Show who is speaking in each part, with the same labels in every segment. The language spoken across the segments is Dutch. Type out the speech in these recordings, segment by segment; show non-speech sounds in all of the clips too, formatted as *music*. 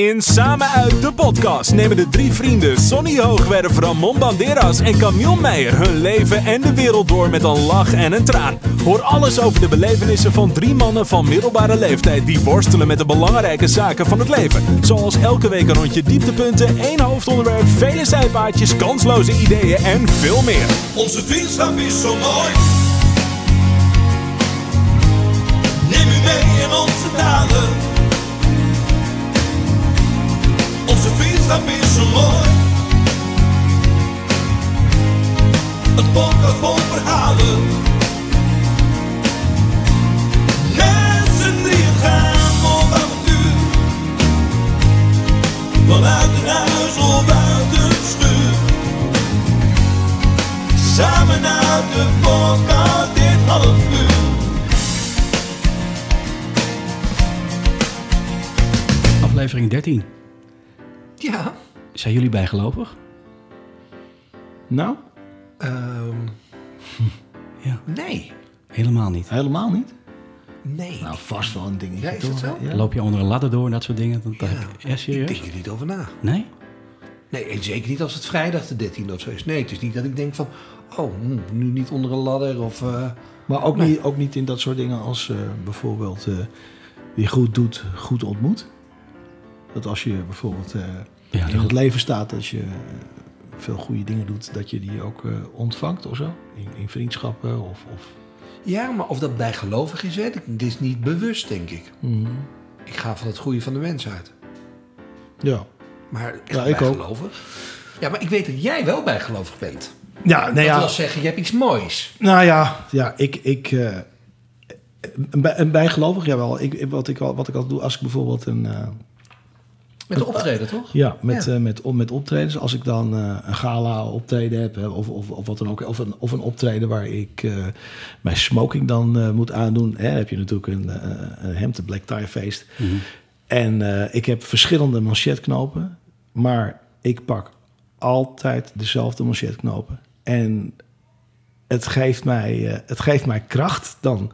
Speaker 1: In Samen uit de podcast nemen de drie vrienden Sonny Hoogwerf, Ramon Banderas en Camille Meijer hun leven en de wereld door met een lach en een traan. Hoor alles over de belevenissen van drie mannen van middelbare leeftijd die worstelen met de belangrijke zaken van het leven. Zoals elke week een rondje dieptepunten, één hoofdonderwerp, vele zijpaadjes, kansloze ideeën en veel meer.
Speaker 2: Onze vriendschap is zo mooi. Neem u mee in onze dagen. Onze vriendschap is zo mooi. Het podcast vol verhalen. Mensen die het gaan op avontuur. Vanuit een huis of uit een schuur. Samen uit de podcast dit half uur.
Speaker 3: Aflevering 13.
Speaker 4: Ja.
Speaker 3: Zijn jullie bijgelovig?
Speaker 5: Nou,
Speaker 4: Ehm,
Speaker 3: Ja.
Speaker 4: nee.
Speaker 3: Helemaal niet.
Speaker 5: helemaal niet.
Speaker 4: Nee.
Speaker 5: Nou, vast wel een dingetje.
Speaker 4: Ja, is dat
Speaker 5: toch?
Speaker 4: zo?
Speaker 5: Ja.
Speaker 3: Loop je onder een ladder door en dat soort dingen? Dat, dat
Speaker 4: Ja.
Speaker 3: heb je- ja,
Speaker 4: ik denk
Speaker 3: serieus?
Speaker 4: er niet over na.
Speaker 3: Nee?
Speaker 4: Nee, en zeker niet als het vrijdag de 13 of zo is. Nee, het is niet dat ik denk van... Oh, hm, nu niet onder een ladder of... eh,
Speaker 5: Maar ook, niet, ook niet in dat soort dingen als eh, bijvoorbeeld eh, wie goed doet, goed ontmoet. Dat als je bijvoorbeeld eh,
Speaker 3: Ja,
Speaker 5: in
Speaker 3: dat-
Speaker 5: het leven staat, dat je eh, veel goede dingen doet, dat je die ook eh, ontvangt of zo. In, in vriendschappen of... of
Speaker 4: ja, maar of dat bijgelovig is, weet ik niet. Het is niet bewust, denk ik.
Speaker 5: Mhm.
Speaker 4: Ik ga van het goede van de mens uit.
Speaker 5: Ja.
Speaker 4: Maar echt
Speaker 5: Ja, ik ook.
Speaker 4: bijgelovig? Ja, maar ik weet dat jij wel bijgelovig bent.
Speaker 5: Ja, nou
Speaker 4: Dat
Speaker 5: ja,
Speaker 4: wil zeggen, je hebt iets moois.
Speaker 5: nou ja, ja ik, ik, eh, een, bij- een bijgelovig, jawel. Ik, ik- wat, ik, al- wat ik altijd doe, als ik bijvoorbeeld een... eh,
Speaker 4: Met de optreden, toch?
Speaker 5: Ja, met,
Speaker 4: Ja.
Speaker 5: eh, met, op- met optredens. Als ik dan eh, een gala optreden heb, hè, of, of, of wat dan ook, of een, of een optreden waar ik eh, mijn smoking dan eh, moet aandoen, hè, heb je natuurlijk een, eh, een hemd, een black tie feest. En eh, ik heb verschillende manchetknopen, maar ik pak altijd dezelfde manchetknopen. En het geeft mij, eh, het geeft mij kracht dan.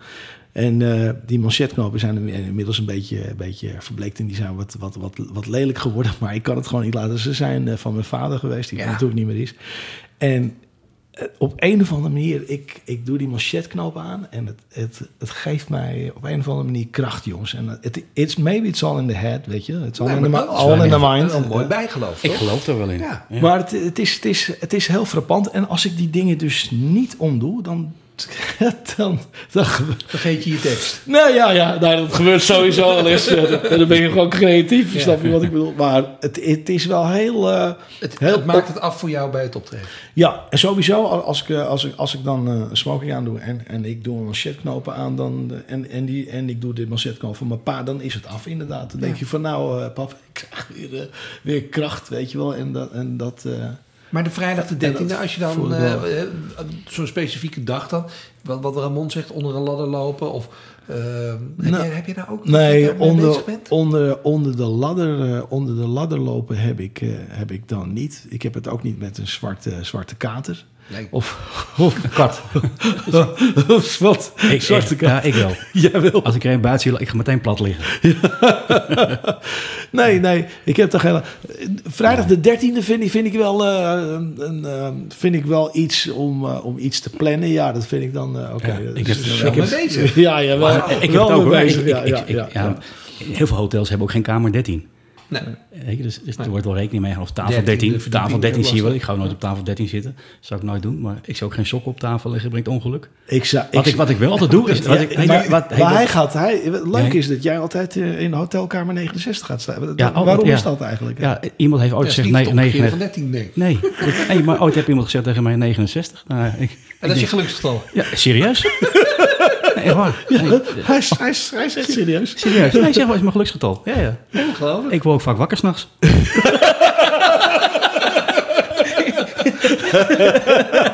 Speaker 5: En eh, die manchetknopen zijn inmi- inmiddels een beetje, een beetje verbleekt en die zijn wat, wat, wat, wat lelijk geworden. *laughs* Maar ik kan het gewoon niet laten. Ze zijn eh, van mijn vader geweest, die
Speaker 4: Ja.
Speaker 5: er natuurlijk niet meer is. En eh, op een of andere manier, ik, ik doe die manchetknoop aan en het, het, het geeft mij op een of andere manier kracht, jongens. En het it's, maybe it's all in the head, weet je. It's all,
Speaker 4: Nee,
Speaker 5: in, the,
Speaker 4: maar
Speaker 5: mi-
Speaker 4: dat is
Speaker 5: all
Speaker 4: wel
Speaker 5: in the
Speaker 4: echt
Speaker 5: mind.
Speaker 4: Een mooi
Speaker 5: Eh,
Speaker 4: bijgeloof,
Speaker 3: Ik
Speaker 4: toch?
Speaker 3: geloof er wel in.
Speaker 4: Ja.
Speaker 5: maar het, het, is, het, is, het is heel frappant. En als ik die dingen dus niet omdoe, dan. *laughs* dan, dan gebe-
Speaker 4: Vergeet je je tekst.
Speaker 5: nou ja, ja nou, dat gebeurt sowieso al eens. Eh, Dan ben je gewoon creatief, snap je wat ik bedoel? Maar het, het is wel heel. eh,
Speaker 4: Het,
Speaker 5: heel
Speaker 4: het maakt het af voor jou bij het optreden.
Speaker 5: Ja, en sowieso al- als ik, eh, als ik, als ik dan eh, een smoking aandoe en, en ik doe een manchetknopen aan dan, eh, en, en, die, en ik doe dit manchetknoop van mijn pa, dan is het af inderdaad. Dan denk je van nou, eh, pap, ik krijg weer, eh, weer kracht, weet je wel. En dat. En dat eh,
Speaker 4: Maar de vrijdag de
Speaker 5: Ja, dat
Speaker 4: 13e, als je
Speaker 5: voel
Speaker 4: dan
Speaker 5: ik wel.
Speaker 4: eh, eh, zo'n specifieke dag dan, wat, wat Ramon zegt, onder een ladder lopen of eh, heb,
Speaker 5: Nou,
Speaker 4: jij, heb je daar ook dat je
Speaker 5: Nee,
Speaker 4: daarmee
Speaker 5: onder,
Speaker 4: bezig bent?
Speaker 5: onder, onder, de ladder, eh, onder de ladder lopen heb ik, eh, heb ik dan niet. Ik heb het ook niet met een zwarte, eh, zwarte kater.
Speaker 4: Nee.
Speaker 5: Of, of een kat. *laughs* of wat?
Speaker 3: Ik,
Speaker 5: zwarte
Speaker 3: ik, ja,
Speaker 5: kater.
Speaker 3: ik wel.
Speaker 5: *laughs* Jij wil.
Speaker 3: Als ik er een buiten zie, ik ga meteen plat liggen.
Speaker 5: Nee, nee. Ik heb toch helemaal... Vrijdag de 13e vind, ik- vind, ik, wel, eh, een, een, eh, vind ik wel iets om, eh, om iets te plannen. Ja, dat vind ik dan... eh, Oké.
Speaker 3: Ja,
Speaker 5: dat
Speaker 3: ik
Speaker 5: is-
Speaker 3: heb-
Speaker 4: Dus
Speaker 3: ik
Speaker 4: wel
Speaker 3: heb-
Speaker 4: mee bezig.
Speaker 5: ja, ja, wel,
Speaker 3: Ik heb
Speaker 5: wel
Speaker 3: het ook hoor.
Speaker 5: mee
Speaker 3: Ik-
Speaker 5: bezig.
Speaker 3: ik-
Speaker 5: Ja,
Speaker 3: ik-
Speaker 5: ja,
Speaker 3: ik-
Speaker 5: ja,
Speaker 3: ja,
Speaker 5: ja.
Speaker 3: Heel veel hotels hebben ook geen kamer 13.
Speaker 4: Nee.
Speaker 3: Weet je, dus, dus er wordt wel rekening mee gehouden. Of tafel
Speaker 4: 13e
Speaker 3: 13.
Speaker 4: verdieping,
Speaker 3: tafel 13 zie je wel.
Speaker 4: heel
Speaker 3: Ik ga nooit op tafel 13 zitten. zou ik nooit doen. Maar ik zou ook geen sokken op tafel leggen. Brengt ongeluk.
Speaker 5: Ik zou, ik
Speaker 3: Wat ik, wat ik wel altijd doe is... Wat ik,
Speaker 5: Ja,
Speaker 3: nee,
Speaker 5: maar
Speaker 3: wat-
Speaker 5: maar hij gaat, hij, wat leuk
Speaker 3: Nee.
Speaker 5: is dat jij altijd eh, in hotelkamer 69 gaat staan. Wa-
Speaker 3: Ja, oh,
Speaker 5: Waarom
Speaker 3: ja.
Speaker 5: is dat eigenlijk?
Speaker 3: ja, iemand heeft ooit
Speaker 4: Dat is
Speaker 3: gezegd...
Speaker 4: niet het
Speaker 3: nee,
Speaker 4: omgekeerde van
Speaker 3: negen-
Speaker 4: 13, nee.
Speaker 3: Nee, nee, maar ooit heeft iemand gezegd tegen mij 69. Nou, ik, ik
Speaker 4: En dat is je
Speaker 3: denk,
Speaker 4: geluksgetal.
Speaker 3: ja,
Speaker 4: *laughs*
Speaker 3: serieus? nee, echt waar. Nee,
Speaker 5: *laughs* Hij, is- hij, is- hij is echt serieus.
Speaker 3: serieus? Nee, zeg wel, is mijn geluksgetal. Ja, ja.
Speaker 4: Ongelooflijk.
Speaker 3: Ik word ook vaak wakker s'nachts.
Speaker 5: *laughs*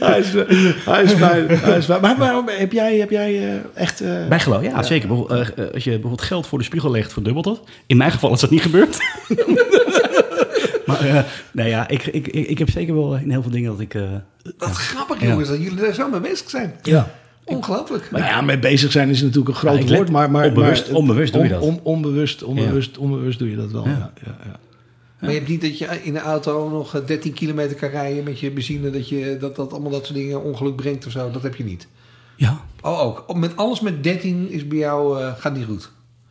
Speaker 5: hij, is, eh, hij is fijn. Hij is fijn. Maar waarom heb jij, heb jij eh, echt... eh,
Speaker 3: Bij geloof, ja, zeker. Bijvoorbeeld, eh, als je bijvoorbeeld geld voor de spiegel legt, verdubbelt dat. In mijn geval is dat niet gebeurd. maar eh nee, ja, ik, ik, ik, ik heb zeker wel in heel veel dingen dat ik... eh,
Speaker 4: Wat grappig
Speaker 3: Ja.
Speaker 4: jongens, dat jullie daar zo mee bezig zijn.
Speaker 5: ja.
Speaker 4: Ongelooflijk.
Speaker 5: Maar nou ja, met bezig zijn is natuurlijk een groot
Speaker 3: Ja, ik let-
Speaker 5: woord, maar... maar
Speaker 3: onbewust-
Speaker 5: maar-
Speaker 3: onbewust doe je dat.
Speaker 5: On, onbewust, onbewust, onbewust doe je dat wel,
Speaker 3: Ja.
Speaker 5: ja. ja, ja.
Speaker 4: Maar je hebt niet dat je in de auto nog eh, 13 kilometer kan rijden met je benzine. Dat, je, dat, dat allemaal dat soort dingen ongeluk brengt of zo. Dat heb je niet.
Speaker 3: Ja.
Speaker 4: Oh, ook. Oh, Met alles met 13 is bij jou, eh, gaat niet goed.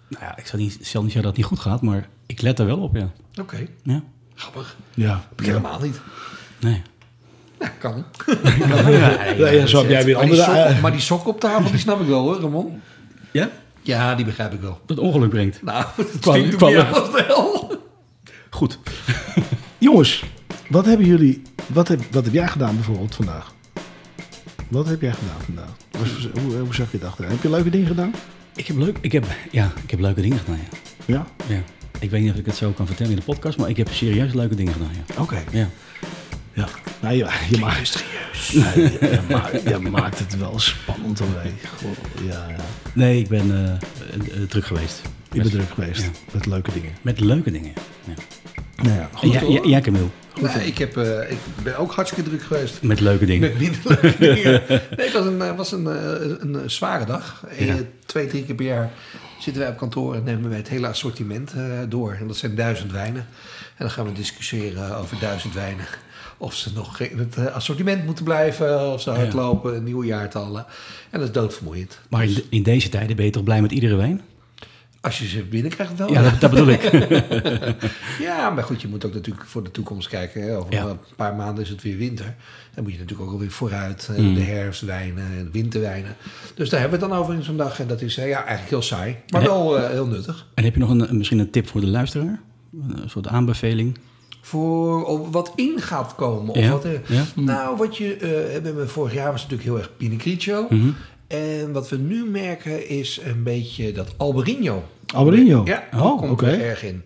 Speaker 3: Nou ja, ik zal niet, zal niet zeggen dat het niet goed gaat, maar ik let er wel op, ja.
Speaker 4: Oké,
Speaker 3: Ja.
Speaker 4: grappig.
Speaker 5: Ja.
Speaker 4: Heb ik helemaal niet.
Speaker 3: Nee.
Speaker 4: Nou, kan.
Speaker 5: Ja, ja, zo heb jij weer
Speaker 4: Maar die,
Speaker 5: andere... *laughs*
Speaker 4: sok,
Speaker 5: eh,
Speaker 4: maar die sok op tafel, die snap ik wel hoor, Ramon.
Speaker 3: Ja?
Speaker 4: Ja, die begrijp ik wel.
Speaker 3: Dat ongeluk brengt.
Speaker 4: Nou, *laughs* dat
Speaker 3: Kwam-
Speaker 4: klinkt
Speaker 3: kwam
Speaker 4: kwam, kwam wel.
Speaker 3: Goed.
Speaker 5: *laughs* Jongens, wat hebben jullie... Wat heb, wat heb jij gedaan bijvoorbeeld vandaag? Wat heb jij gedaan vandaag? Hoe, hoe, hoe zag je het achteruit? Heb je leuke dingen gedaan?
Speaker 3: Ik heb, leuk, ik, heb, ja, ik heb leuke dingen gedaan, ja.
Speaker 5: Ja?
Speaker 3: ja. Ik weet niet of ik het zo kan vertellen in de podcast, maar ik heb serieus leuke dingen gedaan, ja.
Speaker 5: Oké.
Speaker 3: Ja.
Speaker 5: Ja. Nou, je, je maakt... serieus. Nee, je, je maakt, je maakt het wel spannend, hoor. hé. Goh, ja, ja.
Speaker 3: Nee, ik ben eh, eh, eh, druk geweest.
Speaker 5: Je bent druk geweest met leuke dingen.
Speaker 3: Met leuke dingen. Ja.
Speaker 5: Nou ja,
Speaker 3: En
Speaker 5: goed.
Speaker 3: jij-
Speaker 4: hoor.
Speaker 3: jij- jij, Camille,
Speaker 4: Nou, ik, heb, eh, ik ben ook hartstikke druk geweest.
Speaker 3: met leuke dingen.
Speaker 4: *laughs* Met minder leuke dingen. Nee, het was een, eh, was een, eh, een eh, zware dag. Eh,
Speaker 3: Ja.
Speaker 4: Twee, drie keer per jaar zitten wij op kantoor en nemen wij het hele assortiment eh, door. En dat zijn duizend wijnen. En dan gaan we discussiëren over duizend wijnen. Of ze nog in het eh, assortiment moeten blijven, of ze hardlopen, nieuwe jaartallen. En dat is doodvermoeiend.
Speaker 3: Maar in, in deze tijden ben je toch blij met iedere wijn?
Speaker 4: Als je ze binnenkrijgt wel.
Speaker 3: Ja,
Speaker 4: Ja,
Speaker 3: dat, dat bedoel ik.
Speaker 4: maar goed, je moet ook natuurlijk voor de toekomst kijken. Hè. Over
Speaker 3: Ja.
Speaker 4: een paar maanden is het weer winter. Dan moet je natuurlijk ook alweer vooruit. eh,
Speaker 5: Mm.
Speaker 4: De herfstwijnen en winterwijnen. Dus daar hebben we het dan over in zo'n dag. En dat is eh, ja, eigenlijk heel saai, maar
Speaker 3: Nee.
Speaker 4: wel eh, heel nuttig.
Speaker 3: *laughs* En heb je nog een, een- misschien een tip voor de luisteraar? Een soort aanbeveling?
Speaker 4: voor op wat in gaat komen. Of
Speaker 3: Ja,
Speaker 4: wat, eh,
Speaker 3: ja.
Speaker 4: Nou, wat je, eh, we hebben vorig jaar was het natuurlijk heel erg Pinocchio.
Speaker 5: Mhm.
Speaker 4: En wat we nu merken is een beetje dat Alberino.
Speaker 5: Alberino?
Speaker 4: Ja,
Speaker 5: Oh,
Speaker 4: daar komt
Speaker 5: oké.
Speaker 4: er erg in.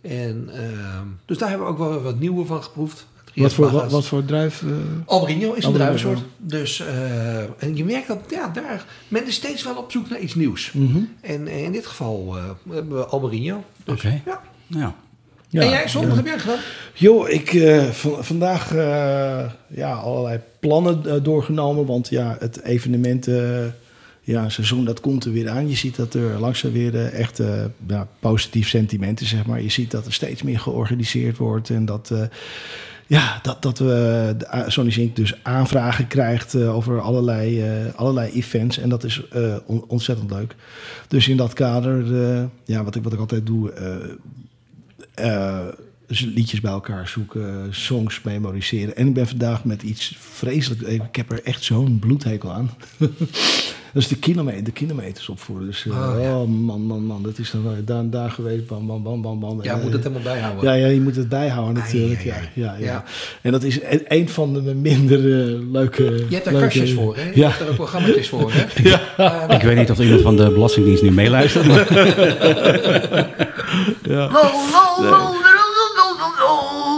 Speaker 4: En, ehm, dus daar hebben we ook wel wat nieuwe van geproefd.
Speaker 5: Wat voor, wat,
Speaker 4: Magas.
Speaker 5: wat voor druif? eh?
Speaker 4: Alberino is een
Speaker 5: Alberino,
Speaker 4: druivensoort. Dus, eh, en je merkt dat ja, daar, men is steeds wel op zoek naar iets nieuws. En, eh, in dit geval eh, hebben we Alberino. Dus,
Speaker 3: Oké.
Speaker 4: ja.
Speaker 3: Nou,
Speaker 5: Ja,
Speaker 4: en jij, Son, wat
Speaker 5: ja.
Speaker 4: heb jij gedaan?
Speaker 5: Joh, ik eh, van- vandaag eh, ja, allerlei plannen eh, doorgenomen. Want ja, het evenementen ja, seizoen, dat komt er weer aan. Je ziet dat er langzaam weer eh, echt eh, ja, positief sentiment is, zeg maar. Je ziet dat er steeds meer georganiseerd wordt en dat... eh, ja, dat, dat we de A- Sony Zink dus aanvragen krijgt eh, over allerlei, eh, allerlei events. En dat is eh, on- ontzettend leuk. Dus in dat kader, eh, ja, wat, ik, wat ik altijd doe, eh, eh, z- liedjes bij elkaar zoeken, songs memoriseren. En ik ben vandaag met iets vreselijk, ik heb er echt zo'n bloedhekel aan. *laughs* Dat is de, kilometer, de kilometers opvoeren. Dus, eh,
Speaker 4: Oh, ja.
Speaker 5: oh man, man, man. Dat is dan wel daar en daar geweest. Bam, bam, bam, bam, bam.
Speaker 4: Ja,
Speaker 5: En,
Speaker 4: moet
Speaker 5: eh,
Speaker 4: het helemaal bijhouden.
Speaker 5: ja, ja, je moet het bijhouden
Speaker 4: Ai,
Speaker 5: natuurlijk.
Speaker 4: ai,
Speaker 5: ja,
Speaker 4: ai.
Speaker 5: ja, ja.
Speaker 4: Ja.
Speaker 5: En dat is een, een van de minder eh, leuke...
Speaker 4: Je hebt daar
Speaker 5: leuke-
Speaker 4: kastjes voor, hè? Je
Speaker 5: eh, Ja.
Speaker 4: hebt daar ook programma's voor, hè?
Speaker 3: ik weet niet of iemand van de Belastingdienst nu meeluistert. maar- *laughs*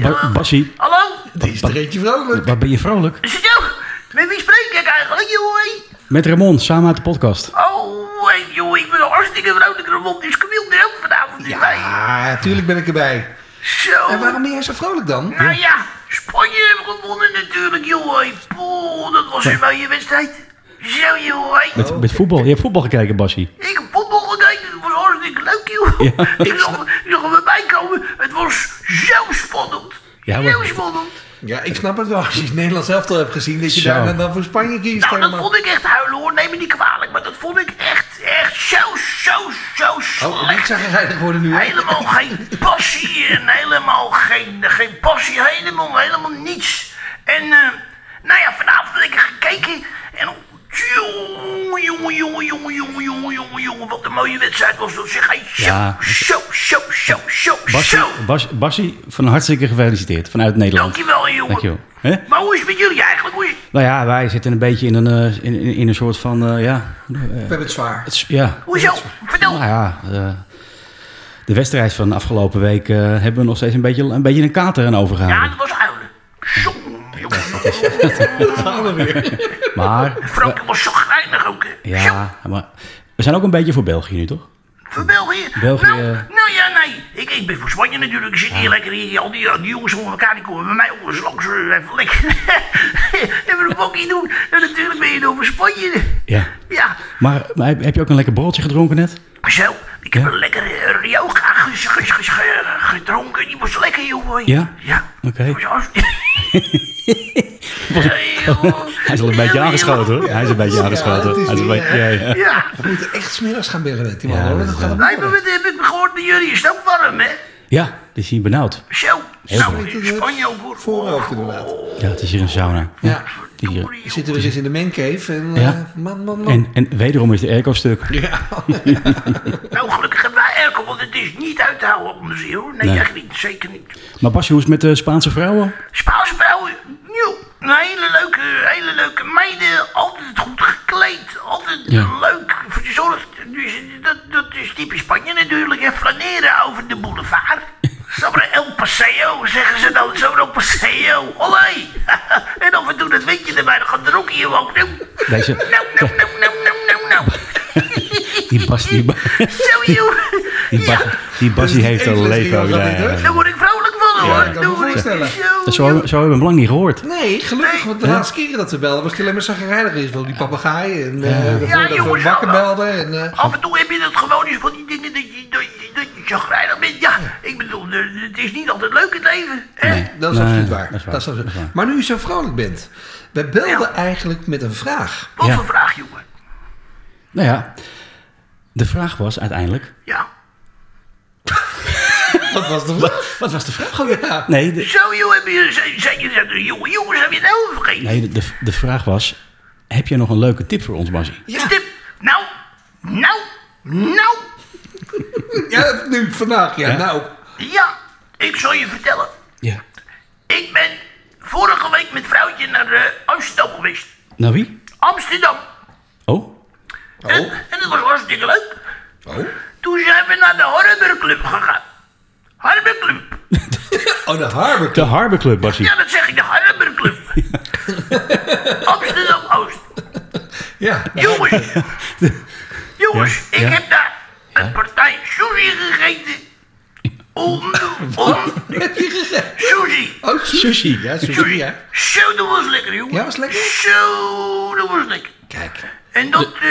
Speaker 3: Ba- Bassie,
Speaker 6: Hallo?
Speaker 4: Die is er eentje vrolijk.
Speaker 3: waar ben je vrolijk?
Speaker 6: Is het jou? Met wie spreek ik eigenlijk, joh?
Speaker 3: Met Ramon, samen uit de podcast.
Speaker 6: Oh, hey, joh, ik ben hartstikke vrolijk, Ramon. Is Camille er ook vanavond ja. bij?
Speaker 4: Ja, Ah, tuurlijk ben ik erbij.
Speaker 6: Zo.
Speaker 4: En waarom ben jij zo vrolijk dan?
Speaker 6: Nou ja, Spanje heeft gewonnen natuurlijk, joh. Poeh, dat was een mooie wedstrijd. Zo, joh.
Speaker 3: Met, met voetbal. Je hebt voetbal gekeken, Bassie.
Speaker 6: Ik heb voetbal gekeken, het was hartstikke leuk, joh. Ik zag, ik zag hem erbij komen. Het was zo spannend.
Speaker 3: Ja, maar-
Speaker 6: zo spannend.
Speaker 4: Ja, ik snap het wel. Als je het Nederlands elftal hebt gezien, dat je
Speaker 3: Zo.
Speaker 4: daarna dan voor Spanje kiest.
Speaker 6: Nou, dat
Speaker 4: helemaal.
Speaker 6: vond ik echt huilen hoor, neem me niet kwalijk. Maar dat vond ik echt, echt zo, zo, zo
Speaker 4: Oh, en ik
Speaker 6: slecht.
Speaker 4: zag er eigenlijk worden nu. hè?
Speaker 6: Helemaal geen passie en helemaal geen, geen passie, helemaal, helemaal niets. En eh, nou ja, vanavond heb ik gekeken en oh, jongen, jongen, jongen, jongen, jongen, jongen, jongen, jongen, wat een mooie wedstrijd was dat zeg. Hey, zo,
Speaker 3: Ja.
Speaker 6: zo, zo, zo, zo,
Speaker 3: Bassie,
Speaker 6: zo.
Speaker 3: Bas, eh, Bassie, van hartstikke gefeliciteerd vanuit Nederland.
Speaker 6: Dankjewel jongen.
Speaker 3: Dankjewel. Hè?
Speaker 6: Maar hoe is het met jullie eigenlijk? Hoe is-
Speaker 3: Nou ja, wij zitten een beetje in een, eh, in, in, in een soort van, eh, ja,
Speaker 4: We hebben het zwaar.
Speaker 3: het is- ja.
Speaker 6: Hoezo? Vertel.
Speaker 3: Nou ja, eh, de wedstrijd van afgelopen week eh, hebben we nog steeds een beetje een, beetje een kater aan
Speaker 6: Ja,
Speaker 3: overgehouden.
Speaker 6: dat was huilen. Zo, jongen.
Speaker 3: Maar,
Speaker 6: Frank was zo grijnig ook. hè. Zo.
Speaker 3: ja, maar we zijn ook een beetje voor België nu, toch?
Speaker 6: Voor België?
Speaker 3: België. Ah.
Speaker 6: Nou, nou ja, nee. Ik, ik ben voor Spanje natuurlijk. Ik zit hier lekker hier. Al die, al die jongens onder elkaar die komen bij mij op. Zolang ze even lekker *laughs* even een bokje doen. En natuurlijk ben je dan voor Spanje.
Speaker 3: Ja.
Speaker 6: Ja,
Speaker 3: Maar, maar heb- heb je ook een lekker borreltje gedronken net?
Speaker 6: zo. Ik heb een lekker eh, rioja gedronken. Die was lekker, joh.
Speaker 3: Ja?
Speaker 6: Ja.
Speaker 3: Oké.
Speaker 6: Die was
Speaker 3: *laughs*
Speaker 6: hartstikke- Ja, joh.
Speaker 3: Hij is al een beetje
Speaker 6: Ja,
Speaker 3: aangeschoten hoor. Hij is een beetje aangeschoten.
Speaker 4: het is
Speaker 3: Hij is een
Speaker 4: niet,
Speaker 3: beetje, ja, ja.
Speaker 6: Ja.
Speaker 4: We moeten echt smiddags gaan bellen met die man.
Speaker 3: Ja,
Speaker 4: hoor, want
Speaker 3: dat
Speaker 4: dat gaat hem
Speaker 6: Nee, maar
Speaker 4: worden.
Speaker 6: wat heb ik gehoord bij jullie? Is het ook warm, hè?
Speaker 3: ja, het is hier benauwd.
Speaker 6: Zo. Nou,
Speaker 4: goed.
Speaker 6: in Spanje ook hoor. Oh,
Speaker 4: Voorhoofd inderdaad.
Speaker 3: Ja, het is hier een sauna.
Speaker 4: Ja.
Speaker 3: Het is hier-
Speaker 4: Dan Zitten we dus in de mancave en eh,
Speaker 3: Ja.
Speaker 4: man, man, man.
Speaker 3: En, en wederom is de airco stuk.
Speaker 6: Nou, gelukkig hebben wij airco, want het is niet uit te houden onder zee, hoor. Nee,
Speaker 3: Nee.
Speaker 6: echt niet. Zeker niet.
Speaker 3: Maar Basje, hoe is het met de Spaanse vrouwen?
Speaker 6: Spaanse vrouwen, nieuw. Een hele leuke, hele leuke meiden. Altijd goed gekleed. Altijd
Speaker 3: Ja.
Speaker 6: leuk verzorgd. Dus dat, dat is typisch Spanje natuurlijk. En flaneren over de
Speaker 3: *laughs*
Speaker 6: boulevard. Sobre el paseo, zeggen ze dan. Sobre el paseo. Olé. *laughs* en af en toe dat weet je erbij. Dan gaat er ook hier ook. Nou,
Speaker 3: Deze-
Speaker 6: nou, nou, nou, nou, nou, nou,
Speaker 3: *laughs*
Speaker 6: nou.
Speaker 3: Die Bas, die, Ba-
Speaker 6: Zo, joh.
Speaker 3: die
Speaker 6: Ja.
Speaker 3: Bas, die Bas die heeft
Speaker 4: Even
Speaker 3: een leven ook.
Speaker 4: drie, dat
Speaker 3: Ja,
Speaker 4: niet,
Speaker 3: ja,
Speaker 4: hè?
Speaker 3: ja.
Speaker 6: Daar word ik vrolijk van hoor.
Speaker 4: ik kan me
Speaker 6: Daar word ik
Speaker 4: voorstellen.
Speaker 6: zo-
Speaker 3: Zo, hebben- zo hebben we hem lang niet gehoord.
Speaker 4: Nee, gelukkig, want de laatste keren dat we belden was het alleen maar zagrijnig is. Want die papegaai en eh daarvoor
Speaker 6: Ja,
Speaker 4: dat we
Speaker 6: jongens,
Speaker 4: bakken
Speaker 6: hallo.
Speaker 4: belden. En, eh,
Speaker 6: Af en toe heb je dat gewoon eens van die dingen dat je, dat je, dat je chagrijnig bent. Ja, ik bedoel, eh, het is niet altijd leuk het leven. Hè?
Speaker 4: dat is
Speaker 3: Nee,
Speaker 4: absoluut waar.
Speaker 3: dat is waar,
Speaker 4: Dat is absoluut-
Speaker 3: dat is waar.
Speaker 4: Maar nu je zo vrolijk bent. We belden
Speaker 6: Ja.
Speaker 4: eigenlijk met een vraag.
Speaker 6: Wat
Speaker 3: Ja.
Speaker 6: voor vraag, jongen.
Speaker 3: Nou ja, de vraag was uiteindelijk...
Speaker 6: Ja.
Speaker 4: Wat was de vraag?
Speaker 3: *laughs* Wat was de vraag?
Speaker 4: Oh ja.
Speaker 3: Nee, de,
Speaker 6: Zo, joh, heb je, zijn, zijn je, zijn, jongen, jongens, heb je het nou vergeten?
Speaker 3: nee de, de, de vraag was... Heb jij nog een leuke tip voor ons, Basje?
Speaker 4: Ja.
Speaker 6: Stip. Nou, nou, nou.
Speaker 4: Ja, nu, vandaag. Ja,
Speaker 3: Ja.
Speaker 4: nou.
Speaker 6: Ja, ik zal je vertellen.
Speaker 3: Ja.
Speaker 6: Ik ben vorige week met vrouwtje naar eh, Amsterdam geweest.
Speaker 3: Nou wie?
Speaker 6: Amsterdam.
Speaker 3: Oh,
Speaker 6: En, en dat was hartstikke leuk.
Speaker 4: Oh,
Speaker 6: Toen zijn we naar de Harborclub gegaan. Harborclub.
Speaker 4: oh de Harbor
Speaker 3: de Harbor Club, Basje.
Speaker 6: Ja, dat zeg ik, de Harborclub.
Speaker 3: *laughs*
Speaker 6: Amsterdam-Oost.
Speaker 4: Ja. *laughs*
Speaker 6: Jongens. Jongens,
Speaker 3: Ja,
Speaker 6: ik
Speaker 3: ja.
Speaker 6: heb daar een partij sushi gegeten. Om, om,
Speaker 4: Heb je gezegd?
Speaker 6: sushi.
Speaker 4: Oh, sushi. Ja, sushi, ja.
Speaker 6: Zo, dat was lekker, jongen.
Speaker 4: Ja, was lekker?
Speaker 6: Zo, dat was lekker.
Speaker 4: Kijk.
Speaker 6: En dat, eh,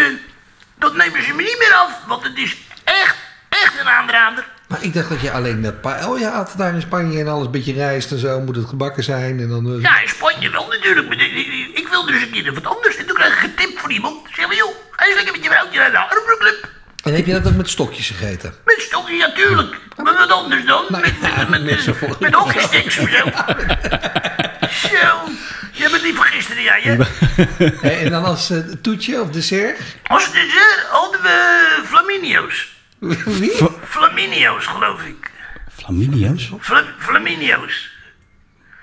Speaker 6: dat nemen ze me niet meer af, want het is echt, echt een aanrader.
Speaker 4: Maar ik dacht dat je alleen Oh dat paella had daar in Spanje en alles, een beetje rijst en zo, moet het gebakken zijn en dan... eh,
Speaker 6: Ja, in Spanje wel natuurlijk. maar ik- ik- Ik wil dus een keer wat anders. En toen krijg ik getipt van iemand. Zeg maar, joh, hij is lekker met je vrouwtje naar de Harborclub.
Speaker 4: En heb je dat ook met stokjes gegeten?
Speaker 6: Met stokjes, ja, tuurlijk. Maar wat anders dan? Met, met, met, met,
Speaker 4: met z'n
Speaker 6: met, hockeysticks of zo. zo. Jij bent niet van gisteren, jij. hè?
Speaker 4: Eh, en dan als eh, toetje of dessert? *laughs*
Speaker 6: Als het is, hè, hadden we flaminio's.
Speaker 4: Wie?
Speaker 6: Flaminio's, geloof ik.
Speaker 3: Flaminio's?
Speaker 6: Fla- flaminio's.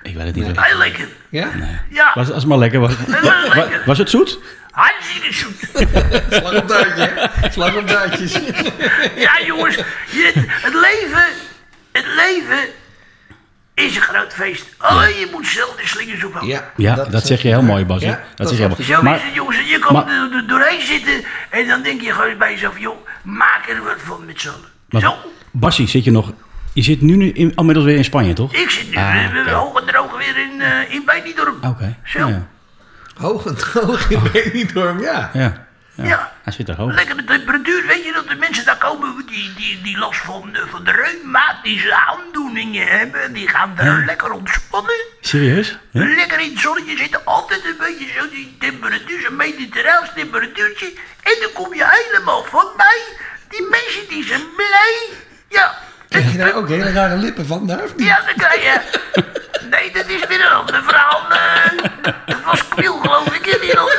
Speaker 3: Ik weet het niet.
Speaker 6: Heel lekker.
Speaker 4: Ja?
Speaker 6: Ja,
Speaker 3: Was, als het maar lekker was.
Speaker 6: was lekker.
Speaker 3: Was het zoet?
Speaker 6: hartstikke zoet.
Speaker 4: Slag op duitje, hè? Slag op duitjes.
Speaker 6: Ja, jongens, je- het leven, het leven is een groot feest. Alleen je moet zelf de slingers ophouden.
Speaker 3: Ja, dat,
Speaker 4: is-
Speaker 3: zeg je heel mooi, Bas. hè?
Speaker 4: Ja,
Speaker 3: dat,
Speaker 4: dat
Speaker 3: zeg je
Speaker 4: is
Speaker 3: heel mooi.
Speaker 6: Zo is
Speaker 3: Maar,
Speaker 6: het, jongens. En Je kan
Speaker 3: maar-
Speaker 6: er er doorheen zitten en dan denk je gewoon bij jezelf, joh, maak er wat van met z'n allen. Zo,
Speaker 3: maar Bassie, zit je nog... Je zit nu, nu in, inmiddels weer in Spanje, toch?
Speaker 6: ik zit nu
Speaker 3: Ah,
Speaker 6: eh,
Speaker 3: oké.
Speaker 6: hoog en droog weer in, eh in Benidorm.
Speaker 3: Oké.
Speaker 6: Zo,
Speaker 3: Ja,
Speaker 4: Hoog en droog in Benidorm, ja.
Speaker 3: ja.
Speaker 6: ja.
Speaker 3: Hij zit er hoog.
Speaker 6: Lekkere temperatuur, weet je dat de mensen daar komen die, die, die last van, eh, van de reumatische aandoeningen hebben. Die gaan daar lekker ontspannen.
Speaker 3: Serieus? Ja?
Speaker 6: Lekker in het zonnetje zitten, altijd een beetje zo die temperatuur, zo'n mediterraans temperatuurtje. En dan kom je helemaal van mij. Die mensen die zijn blij. Ja, dat-
Speaker 4: Heb je daar ook hele rare lippen van, daar of niet?
Speaker 6: ja dan kan je. Nee, dat is weer een ander verhaal. eh. dat was Kwiel, geloof ik, in die nog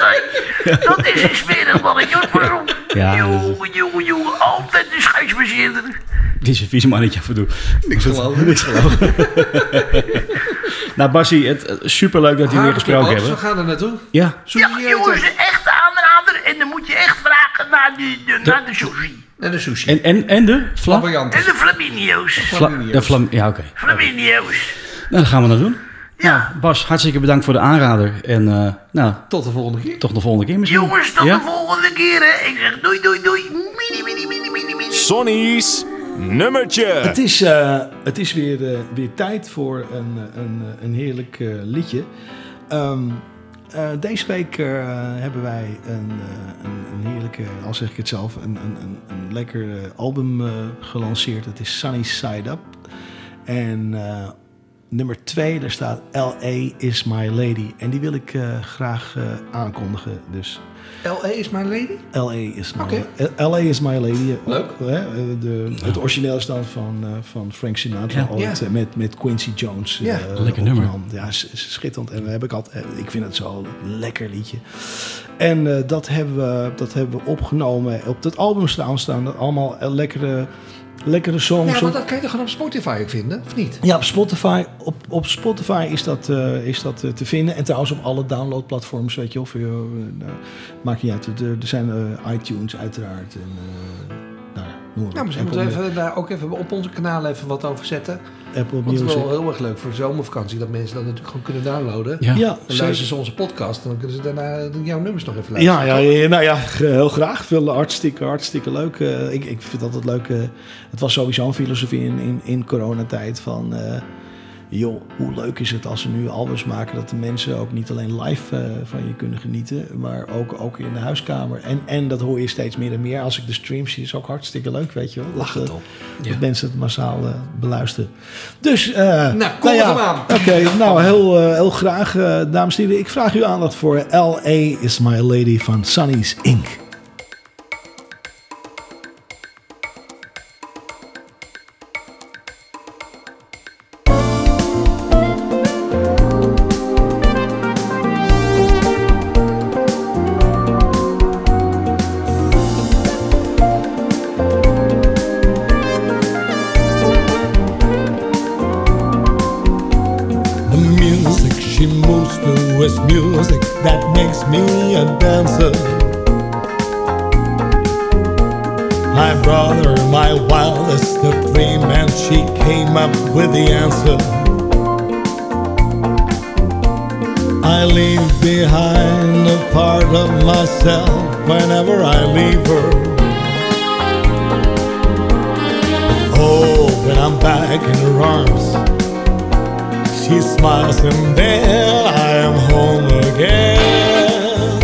Speaker 6: Dat is een smerig mannetje, hoor. Waarom?
Speaker 3: Ja, dat is-
Speaker 6: Jongen, jongen, jongen, altijd een scheidsbezeerder.
Speaker 3: Dit is een vies mannetje af en toe.
Speaker 4: Niks geloof
Speaker 3: *laughs*
Speaker 4: ik.
Speaker 3: Nou, Bassie, het, eh, superleuk dat jullie weer gesproken
Speaker 4: We
Speaker 3: hebben.
Speaker 4: gaan er naartoe.
Speaker 3: Ja.
Speaker 6: Ja, jongens, een echte aanrader. En dan moet je echt vragen naar de, de, naar de sushi.
Speaker 4: En de sushi. En
Speaker 3: En, en, en de? Flam?
Speaker 6: En
Speaker 4: varianten.
Speaker 6: de flaminio's.
Speaker 3: Fla- de flam ja, oké.
Speaker 6: Flaminio's.
Speaker 3: Nou, dat gaan we dan doen.
Speaker 6: Ja,
Speaker 3: Bas, hartstikke bedankt voor de aanrader. En eh, nou,
Speaker 4: Tot de volgende keer.
Speaker 3: toch de volgende keer misschien.
Speaker 6: jongens, tot
Speaker 3: Ja?
Speaker 6: de volgende keer. Hè. Ik zeg doei, doei, doei. Mini, mini, mini, mini, mini.
Speaker 1: Sonny's Nummertje.
Speaker 5: Het is, eh, het is weer, eh, weer tijd voor een, eh, een, eh, een heerlijk eh, liedje. Ehm, eh, deze week eh, hebben wij een, eh, een, een heerlijke, al zeg ik het zelf, een, een, een, een lekker eh, album eh, gelanceerd. Het is Sunny Side Up. En eh, nummer twee, daar staat L.A. is my lady. En die wil ik eh, graag eh, aankondigen. Dus
Speaker 4: L.A. E is my lady?
Speaker 5: LA is My,
Speaker 4: Oké.
Speaker 5: LA is my Lady.
Speaker 4: Leuk.
Speaker 5: Hè, de, het origineel is dan van, eh, van Frank Sinatra
Speaker 3: Ja.
Speaker 5: ooit,
Speaker 4: Ja.
Speaker 5: eh, Met, met Quincy Jones.
Speaker 4: Ja.
Speaker 5: eh,
Speaker 3: Lekker
Speaker 5: op
Speaker 3: nummer.
Speaker 5: hand. Ja, is- is schitterend. En we hebben ik, altijd, eh, ik vind het zo'n lekker liedje. En eh, dat, hebben we, dat hebben we opgenomen. Op dat album staan, staan allemaal eh, lekkere, lekkere songs.
Speaker 4: Ja,
Speaker 5: op.
Speaker 4: maar dat kan je toch gewoon op Spotify ook vinden, of niet?
Speaker 5: Ja, op Spotify, op, op Spotify is dat, eh, is dat eh, te vinden. En trouwens op alle downloadplatforms, weet je of je, eh, nou, maakt niet uit. Er, er zijn eh, iTunes uiteraard. En, eh nou, ja, noem maar
Speaker 4: Ja,
Speaker 5: op.
Speaker 4: misschien
Speaker 5: Apple,
Speaker 4: moeten we even, daar ook even op onze kanalen even wat over zetten.
Speaker 5: Apple
Speaker 4: Want het is
Speaker 5: Music.
Speaker 4: wel heel erg leuk voor de zomervakantie dat mensen dat natuurlijk gewoon kunnen downloaden.
Speaker 3: Ja.
Speaker 5: Ja,
Speaker 4: Dan luisteren ze onze podcast en dan kunnen ze daarna jouw nummers nog even luisteren.
Speaker 5: Ja, ja, ja, nou ja, g- heel graag. Veel hartstikke, hartstikke leuk. Eh, ik, ik vind altijd leuk. eh, het was sowieso een filosofie in, in, in coronatijd van... eh, joh, hoe leuk is het als we nu albums maken... dat de mensen ook niet alleen live eh, van je kunnen genieten... maar ook, ook in de huiskamer. En, en dat hoor je steeds meer en meer. Als ik de streams zie, is ook hartstikke leuk, weet je wel. eh, Lachen toch. Dat mensen het massaal eh, beluisteren. Dus, eh
Speaker 4: Nou, kondig hem aan.
Speaker 5: Oké, nou heel, eh, heel graag, eh, dames en heren. Ik vraag uw aandacht voor L.A. is My Lady van Sunny's Inc.
Speaker 7: The music she moves to is music that makes me a dancer. My brother, my wildest of dream, and she came up with the answer. I leave behind a part of myself whenever I leave her. Oh, when I'm back in her arms. She smiles and then I am home again.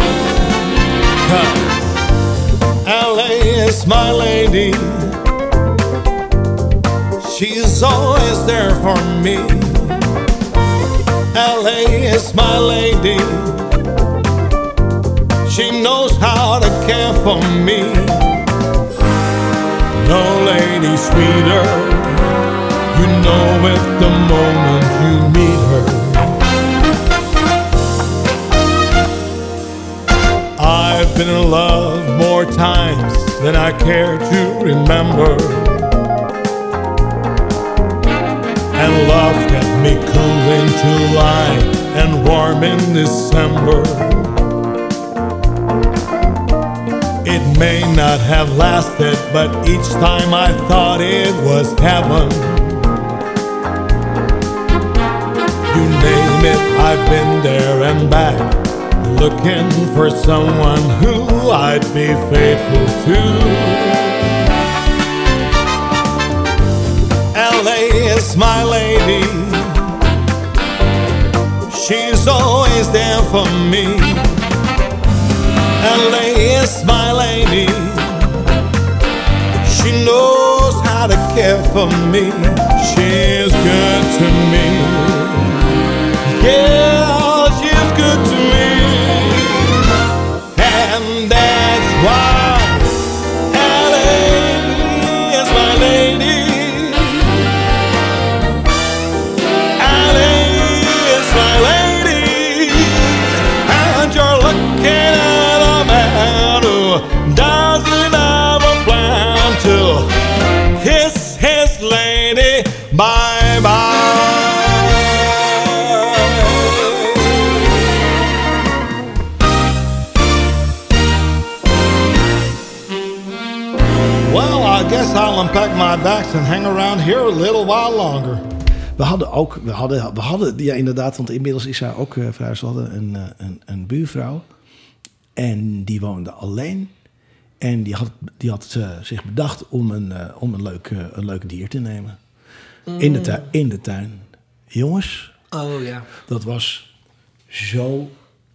Speaker 7: 'Cause LA is my lady. She's always there for me. LA is my lady. She knows how to care for me. No lady sweeter. You know it the moment you meet her. I've been in love more times than I care to remember. And love kept me cool in July and warm in December. It may not have lasted, but each time I thought it was heaven. You name it, I've been there and back. Looking for someone who I'd be faithful to. LA is my lady. She's always there for me. LA is my lady. She knows how to care for me. She's good to me. Yeah, she's good to me. And that's why Ellie is my lady. Ellie is my lady. And you're looking at a man who doesn't have a plan to kiss his lady. Bye bye. Well, I guess I'll unpack my bags and hang around here a little while longer.
Speaker 5: We hadden ook, we hadden, we hadden, ja inderdaad, want inmiddels is zij ook eh, verhuisd. We hadden een, eh, een, een buurvrouw en die woonde alleen. En die had, die had eh, zich bedacht om een, eh, om een, leuk, eh, een leuk dier te nemen. In, de tuin, in de tuin. Jongens,
Speaker 4: Mm. Oh ja.
Speaker 5: dat was zo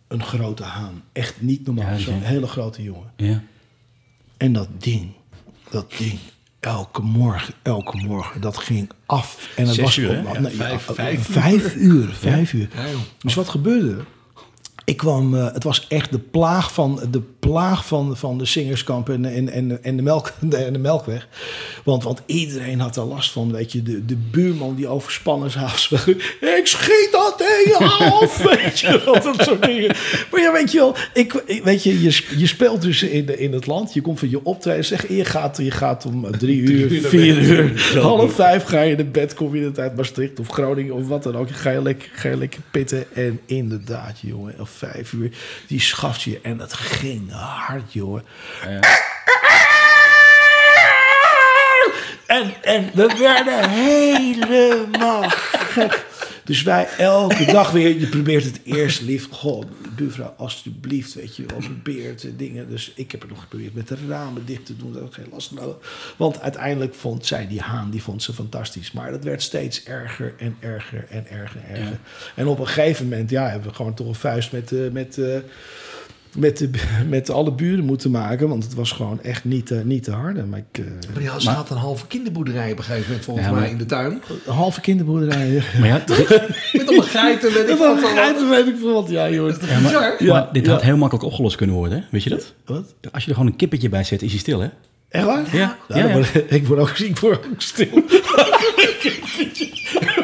Speaker 5: een grote haan. Echt niet normaal.
Speaker 3: Ja,
Speaker 5: Zo'n
Speaker 3: ja.
Speaker 5: hele grote jongen.
Speaker 3: Ja.
Speaker 5: En dat ding, dat ding, elke morgen, elke morgen, dat ging af. En het
Speaker 3: Zes
Speaker 5: was
Speaker 3: uur, hè?
Speaker 5: op-
Speaker 3: Ja,
Speaker 5: nee,
Speaker 4: vijf-
Speaker 5: ja,
Speaker 4: vijf
Speaker 5: vijf uur. Vijf uur.
Speaker 4: joh.
Speaker 5: Dus wat gebeurde er? Ik kwam, eh, het was echt de plaag van de, plaag van, van de singerskamp en, en, en, en, de melk, *laughs* en de melkweg. Want, want iedereen had er last van. Weet je, de, de buurman die overspannen is. *laughs* haast wel, Ik schiet dat tegen je af. *laughs* Weet je, wel, dat soort dingen. Maar ja, weet je wel, ik, ik- weet je, je, sp- je speelt dus in, in het land. Je komt van je optreden. Zeg, je gaat, je gaat om eh, drie uur, vier uur, half vijf ga je naar bed. Kom je net uit Maastricht of Groningen of wat dan ook. Ga je lekker, ga je lekker pitten. En inderdaad, jongen, om vijf uur, die schaft je. En dat ging hard, jongen. En, en we werden helemaal gek. Dus wij elke dag weer, je probeert het eerst lief. Goh, buurvrouw, alsjeblieft, weet je wel, probeer het, eh, dingen. Dus ik heb het nog geprobeerd met de ramen dicht te doen, dat ik geen last van hadden. Want uiteindelijk vond zij die haan, die vond ze fantastisch. Maar dat werd steeds erger en erger en erger en erger. En op een gegeven moment, ja, hebben we gewoon toch een vuist met... eh, met eh, met, de, met alle buren moeten maken, want het was gewoon echt niet, eh, niet te harde. Maar ik, eh,
Speaker 4: Maar die had, ze had een halve kinderboerderij op een gegeven moment volgens
Speaker 3: Ja, maar-
Speaker 4: mij in de tuin.
Speaker 5: een halve kinderboerderij.
Speaker 3: Maar ja,
Speaker 5: *laughs*
Speaker 3: dit,
Speaker 4: Met allemaal geiten, weet ik
Speaker 5: Dat
Speaker 4: wat.
Speaker 5: was geiten, weet ik veel wat. Ja, jongens.
Speaker 4: Ja, maar,
Speaker 5: Ja,
Speaker 3: maar dit
Speaker 5: ja.
Speaker 3: had heel makkelijk opgelost kunnen worden, hè? weet je dat?
Speaker 5: Wat?
Speaker 3: Als je er gewoon een kippetje bij zet, is hij stil, hè?
Speaker 5: Echt waar?
Speaker 3: Ja.
Speaker 5: Nou, dan
Speaker 3: Ja, ja.
Speaker 5: word- ik, word ook, ik word ook stil. *laughs*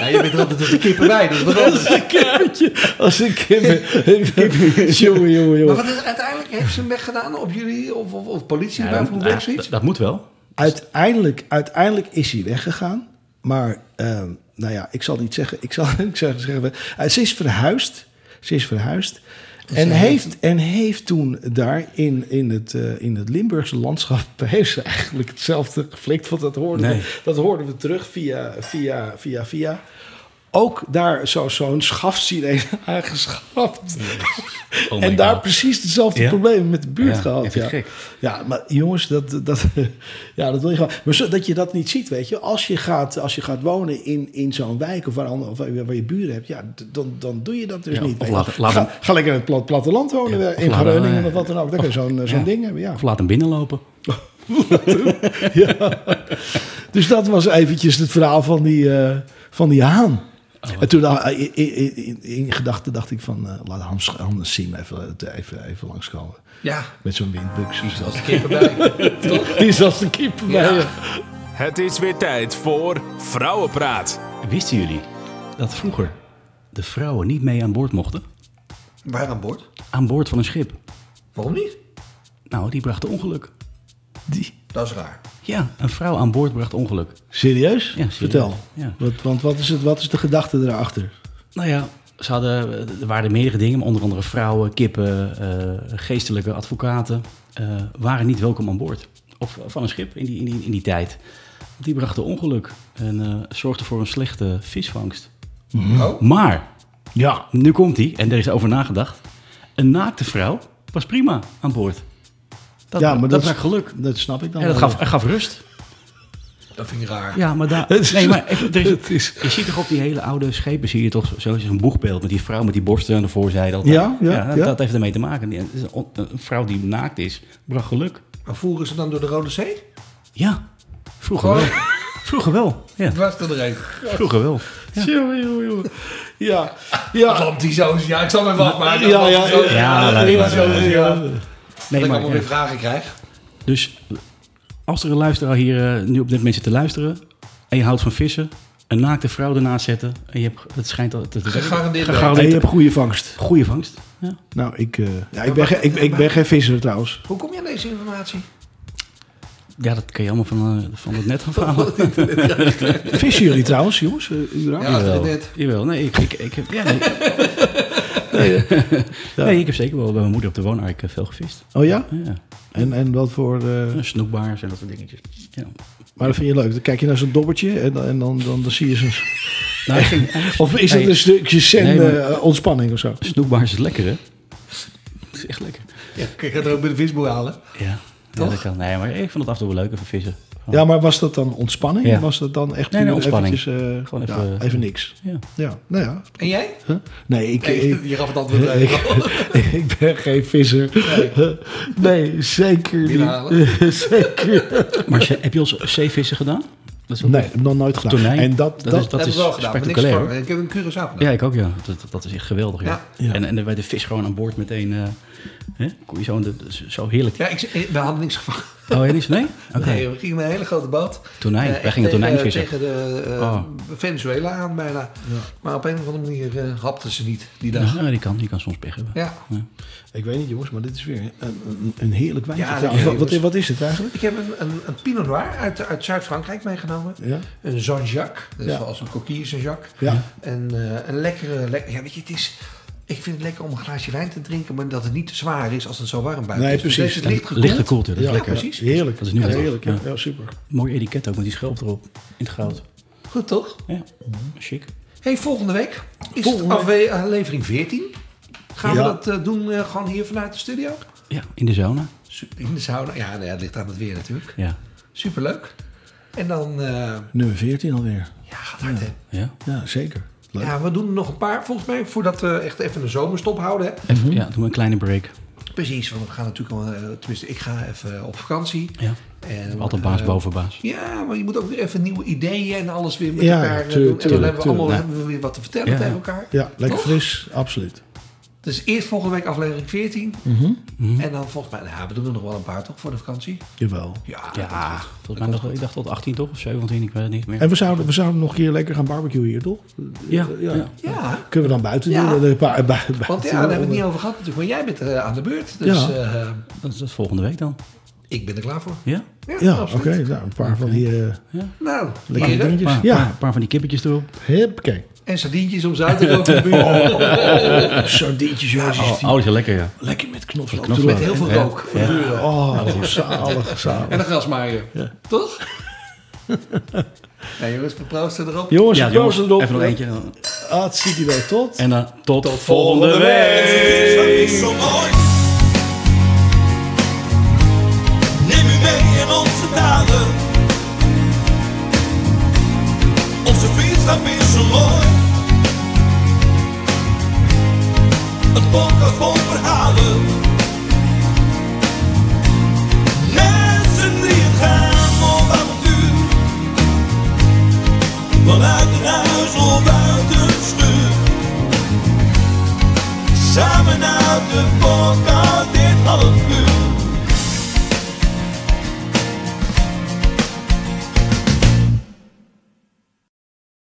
Speaker 4: ja, je bent er altijd met de kippen bij, dus wat anders.
Speaker 5: Als een kippetje. Als een
Speaker 3: *laughs*
Speaker 5: kippetje. *laughs* jongen, jongen,
Speaker 4: Maar
Speaker 5: jongen.
Speaker 4: wat is, uiteindelijk heeft ze hem weggedaan op jullie of, of, of politie
Speaker 3: Ja,
Speaker 4: bij
Speaker 3: dat,
Speaker 4: of
Speaker 3: nou,
Speaker 4: zoiets?
Speaker 3: dat- dat moet wel.
Speaker 5: Uiteindelijk, uiteindelijk is hij weggegaan. Maar, ehm, nou ja, ik zal niet zeggen. Ik zal *laughs* ik zou zeggen. eh, ze is verhuisd. Ze is verhuisd. En heeft, en heeft toen daar in, in, het, eh, in het Limburgse landschap... *laughs* heeft ze eigenlijk hetzelfde geflikt. Want dat hoorden,
Speaker 3: Nee.
Speaker 5: we, dat hoorden we terug via, via, via, via. Ook daar zo- zo'n schafsirene *laughs* aangeschaft.
Speaker 3: Oh my
Speaker 5: en daar
Speaker 3: God.
Speaker 5: precies hetzelfde
Speaker 3: Ja?
Speaker 5: probleem met de buurt
Speaker 3: Ja,
Speaker 5: gehad.
Speaker 3: ik vind
Speaker 5: Ja.
Speaker 3: het gek.
Speaker 5: ja, maar jongens, dat, dat, *laughs* ja, dat wil je gewoon. Maar zo, dat je dat niet ziet, weet je. Als je gaat, als je gaat wonen in, in zo'n wijk of waar, ander- of waar, waar je buren hebt, ja, d- dan, dan doe je dat dus
Speaker 3: Ja,
Speaker 5: niet.
Speaker 3: of
Speaker 5: weet je.
Speaker 3: laat- laat
Speaker 5: ga,
Speaker 3: hem-
Speaker 5: ga lekker in het plat, platteland wonen,
Speaker 3: Ja,
Speaker 5: eh,
Speaker 3: of
Speaker 5: in
Speaker 3: laat hem,
Speaker 5: Groningen
Speaker 3: eh,
Speaker 5: of wat dan ook. Dan kun je zo'n eh, zo'n
Speaker 3: ja.
Speaker 5: ding hebben, ja.
Speaker 3: Of laat hem binnenlopen.
Speaker 5: Dus dat was eventjes het verhaal van die, eh, van die haan.
Speaker 3: Oh,
Speaker 5: en toen eh, in, in, in- in gedachten dacht ik van, eh, laat Hans, Hans Siem even, eh, even, even langskomen.
Speaker 4: Ja,
Speaker 5: Met zo'n windbux.
Speaker 4: die was de kippen bij.
Speaker 5: Die is als een keeper bij je.
Speaker 1: Het is weer tijd voor Vrouwenpraat.
Speaker 3: Wisten jullie dat vroeger de vrouwen niet mee aan boord mochten?
Speaker 4: Waar aan boord?
Speaker 3: Aan boord van een schip.
Speaker 4: Waarom niet?
Speaker 3: Nou, die brachten ongeluk.
Speaker 4: Dat is raar.
Speaker 3: Ja, een vrouw aan boord bracht ongeluk.
Speaker 5: Serieus?
Speaker 3: serieus.
Speaker 5: Vertel.
Speaker 3: Ja.
Speaker 5: Wat, want wat is, het, wat is de gedachte erachter?
Speaker 3: Nou ja, ze hadden, er waren meerdere dingen, maar onder andere vrouwen, kippen, eh, geestelijke advocaten, eh, waren niet welkom aan boord. Of eh, van een schip in die, in die, in die tijd. Want die brachten ongeluk en eh zorgden voor een slechte visvangst.
Speaker 4: Oh.
Speaker 3: Maar,
Speaker 5: Mhm. Ja.
Speaker 3: nu komt die, en er is over nagedacht. Een naakte vrouw was prima aan boord. Dat,
Speaker 5: ja, maar dat,
Speaker 3: was
Speaker 5: is-
Speaker 3: geluk.
Speaker 5: Dat snap ik dan.
Speaker 3: En dat
Speaker 5: wel.
Speaker 3: gaf, gaf rust.
Speaker 4: Dat vind ik raar.
Speaker 3: Ja, maar daar... Nee, maar er is- je ziet toch op die hele oude schepen, zie je toch zo- zo'n boegbeeld met die vrouw met die borsten aan de voorzijde. altijd.
Speaker 5: Ja, ja,
Speaker 3: dat,
Speaker 5: ja.
Speaker 3: dat heeft ermee te maken. Die- het is Een, on- een vrouw die naakt is, bracht geluk.
Speaker 4: Maar voeren ze dan door de Rode Zee?
Speaker 3: Ja, vroeger wel. Vroeger wel, ja.
Speaker 4: Waar is dat er een?
Speaker 3: Vroeger wel.
Speaker 5: Jongen, jongen, jongen. Ja. Ja.
Speaker 4: Atlantische Oceaan. Ja, ik zal me even
Speaker 5: Ja,
Speaker 4: afmaken.
Speaker 5: ja, ja, ja,
Speaker 4: Atlantische
Speaker 3: Ja,
Speaker 5: ja,
Speaker 3: laat
Speaker 5: ja,
Speaker 3: maar,
Speaker 5: ja,
Speaker 4: Oceaan.
Speaker 5: ja.
Speaker 3: Nee,
Speaker 4: Dat ik
Speaker 3: maar, eh,
Speaker 4: allemaal weer vragen krijg.
Speaker 3: Dus als er een luisteraar hier eh, nu op dit moment zit te luisteren en je houdt van vissen, een naakte vrouw ernaast zetten en je hebt, het schijnt al te, te
Speaker 4: Gegarandeerd werkt.
Speaker 5: En je
Speaker 3: Gegarandeerd
Speaker 5: hebt goede vangst.
Speaker 3: goede vangst. Ja.
Speaker 5: Nou, ik, eh, ja, ik, ben, geen- ik, ik ben geen visser trouwens.
Speaker 4: Hoe kom je aan deze informatie?
Speaker 3: ja, dat kan je allemaal van, eh, van het net gaan halen.
Speaker 5: Vissen jullie trouwens, jongens? eh, überhaupt?
Speaker 4: Ja, dat
Speaker 3: Jawel.
Speaker 4: is net.
Speaker 3: Jawel, nee, ik, ik, ik heb... Ja, *laughs* nee. *laughs* nee, ik heb zeker wel bij mijn moeder op de woonark eh, veel gevist.
Speaker 5: Oh ja?
Speaker 3: Ja,
Speaker 5: En, en wat voor... eh,
Speaker 3: snoekbaars en dat soort dingetjes. Ja.
Speaker 5: maar dat vind je leuk. Dan kijk je naar zo'n dobbertje en, dan- en dan, dan, dan zie je ze.
Speaker 3: Nou, ik ging, *laughs*
Speaker 5: Of is het
Speaker 3: Nee.
Speaker 5: een stukje zen
Speaker 3: Nee, maar- Oh.
Speaker 5: eh, ontspanning of zo?
Speaker 3: snoekbaars is lekker, hè? Dat is echt lekker.
Speaker 4: Ja, ik ga het er ook bij de visboer halen.
Speaker 3: Ja. Ja,
Speaker 5: toch?
Speaker 3: dat kan. Nee, maar ik vond het af en toe wel leuk, even vissen. Gewoon-
Speaker 5: Ja, maar was dat dan ontspanning?
Speaker 3: Ja.
Speaker 5: Was dat dan echt
Speaker 3: Nee,
Speaker 5: puur
Speaker 3: nee, ontspanning.
Speaker 5: eventjes, eh,
Speaker 3: Gewoon
Speaker 5: ja,
Speaker 3: even-
Speaker 5: even niks?
Speaker 3: Ja.
Speaker 5: Ja, nou ja.
Speaker 4: En jij?
Speaker 5: Huh? Nee, ik,
Speaker 4: Nee,
Speaker 5: ik,
Speaker 4: je gaf het antwoord uit.
Speaker 5: ik, ik ben geen visser. Nee, zeker
Speaker 4: Bier
Speaker 3: *laughs*
Speaker 5: niet.
Speaker 4: halen.
Speaker 5: zeker.
Speaker 3: Maar ze- heb je al zeevissen gedaan? Dat is ook-
Speaker 5: Nee, nog nooit gedaan.
Speaker 3: Tonijn,
Speaker 5: en dat,
Speaker 3: dat
Speaker 5: dat,
Speaker 3: is-
Speaker 4: Dat heb ik wel gedaan, maar niks
Speaker 3: spectaculair,
Speaker 4: voor. Ik heb een Curaçao gedaan.
Speaker 3: Ja, ik ook, ja. Dat, dat is echt geweldig, ja.
Speaker 4: Ja.
Speaker 5: Ja.
Speaker 3: En, en bij de vis gewoon aan boord meteen... eh hè? Kon je zo, dat is zo heerlijk.
Speaker 4: Ja, ik, we hadden niks gevangen.
Speaker 3: Oh, hé, is *laughs* Nee? Oké.
Speaker 4: Nee, we gingen met een hele grote boot.
Speaker 3: Tonijn.
Speaker 4: Eh,
Speaker 3: Wij
Speaker 4: echt
Speaker 3: gingen
Speaker 4: tegen-
Speaker 3: tonijn vissen.
Speaker 4: Tegen de eh,
Speaker 3: Oh.
Speaker 4: Venezuela aan bijna. Maar op een of andere manier eh, hapten ze niet die dag.
Speaker 3: Ja, Eh, die kan, die kan soms pech hebben.
Speaker 4: Ja.
Speaker 5: Ik weet niet, jongens, maar dit is weer een, een, een heerlijk wijntje.
Speaker 4: Ja,
Speaker 5: trouwens.
Speaker 4: dat-
Speaker 5: wat, wat, wat is het eigenlijk?
Speaker 4: Ik heb een, een, een Pinot Noir uit, uit Zuid-Frankrijk meegenomen.
Speaker 5: Ja.
Speaker 4: Een Jean-Jacques. Dat is
Speaker 5: Ja.
Speaker 4: zoals een coquille Jean-Jacques.
Speaker 5: Ja.
Speaker 4: En eh, een lekkere... lek- ja, weet je, het is... Ik vind het lekker om een glaasje wijn te drinken, maar dat het niet te zwaar is als het zo warm buiten
Speaker 5: Nee,
Speaker 4: is. Dus
Speaker 5: precies.
Speaker 4: Deze is licht gekoeld.
Speaker 3: Licht gekoeld, ja, dat is
Speaker 5: Ja,
Speaker 3: dus lekker.
Speaker 4: precies.
Speaker 5: Heerlijk.
Speaker 3: Dat is nu
Speaker 5: ja,
Speaker 3: wel
Speaker 5: heerlijk. Ja.
Speaker 3: leuk,
Speaker 5: Ja, super.
Speaker 3: Mooi etiket ook, met die schelp erop. In het goud.
Speaker 4: Goed toch?
Speaker 3: Ja, chic.
Speaker 4: Hey, volgende week is
Speaker 5: Volgende
Speaker 4: het afwe- aflevering 14. Gaan
Speaker 5: Ja.
Speaker 4: we dat eh, doen eh, gewoon hier vanuit de studio?
Speaker 3: Ja, in de zona.
Speaker 4: Super- In de sauna. Ja, nou ja, het ligt aan het weer natuurlijk.
Speaker 3: Ja.
Speaker 4: Superleuk. En dan... eh,
Speaker 5: Nummer 14 alweer.
Speaker 4: ja, gaat hard, hè?
Speaker 3: Ja.
Speaker 5: Ja, zeker. Leuk.
Speaker 4: Ja, we doen er nog een paar volgens mij, voordat we echt even een zomerstop houden. Hè?
Speaker 3: Even, ja, doen we een kleine break.
Speaker 4: Precies, want we gaan natuurlijk, wel, eh, tenminste ik ga even op vakantie.
Speaker 3: Ja.
Speaker 4: En,
Speaker 3: Altijd baas
Speaker 4: eh,
Speaker 3: boven baas.
Speaker 4: Ja, maar je moet ook weer even nieuwe ideeën en alles weer met
Speaker 5: Ja,
Speaker 4: elkaar eh, doen.
Speaker 5: tuurlijk,
Speaker 4: En dan hebben
Speaker 5: tuurlijk,
Speaker 4: we allemaal
Speaker 3: tuurlijk.
Speaker 4: hebben we weer wat te vertellen
Speaker 3: Ja.
Speaker 4: tegen elkaar.
Speaker 5: Ja, lekker
Speaker 4: Toch?
Speaker 5: fris. Absoluut.
Speaker 4: Dus eerst volgende week aflevering 14.
Speaker 5: Mhm.
Speaker 4: En dan volgens mij, nou, we doen er nog wel een paar toch voor de vakantie?
Speaker 5: Jawel.
Speaker 4: Ja,
Speaker 3: Ja, volgens mij nog, ik dacht tot 18 toch? Of 17, ik weet het niet meer.
Speaker 5: En we zouden, we zouden nog een keer lekker gaan barbecuen hier, toch?
Speaker 3: Ja,
Speaker 5: Ja.
Speaker 3: eh, ja.
Speaker 4: ja.
Speaker 5: Kunnen we dan buiten
Speaker 4: Ja.
Speaker 5: doen? Eh, bui- bui- buiten
Speaker 4: Want ja, daar hebben we het niet over gehad natuurlijk. Maar jij bent eh, aan de beurt. Dus
Speaker 5: eh, Ja.
Speaker 4: eh,
Speaker 3: Dat is dat is volgende week dan.
Speaker 4: ik ben er klaar voor.
Speaker 3: Ja?
Speaker 5: Ja, oké.
Speaker 4: absoluut.
Speaker 5: nou, een paar van die eh
Speaker 4: Nou,
Speaker 5: lekkere
Speaker 4: heren.
Speaker 5: dingetjes.
Speaker 3: Een paar,
Speaker 5: ja,
Speaker 3: paar, paar van die kippetjes erop.
Speaker 5: Huppakee.
Speaker 4: En sardientjes om zuid te roken. in
Speaker 5: *laughs*
Speaker 4: de buurt.
Speaker 5: Oh.
Speaker 4: Oh.
Speaker 5: Sardientjes, jongens.
Speaker 3: Oh, oh, is wel lekker, ja.
Speaker 5: lekker met knoflook.
Speaker 3: knoflook.
Speaker 4: Met heel veel
Speaker 3: Ja.
Speaker 4: rook. voor de buren.
Speaker 5: Oh, zalig,
Speaker 4: En
Speaker 5: zalig.
Speaker 4: een grasmaaier. Toch?
Speaker 5: *laughs*
Speaker 4: nou jongens, we proosten erop.
Speaker 5: Jongens,
Speaker 3: Ja,
Speaker 5: ja,
Speaker 3: jongens,
Speaker 5: erop.
Speaker 3: even nog eentje.
Speaker 5: Ah, het ziet hij wel tot.
Speaker 3: En dan tot, volgende
Speaker 2: Dit vond ik zo mooi. Neem u mee in onze dagen. Onze vriendschap is zo mooi. Het podcast vol verhalen. Mensen die het gaan op avontuur. Vanuit hun huis of uit hun schuur. Samen uit de podcast dit half uur.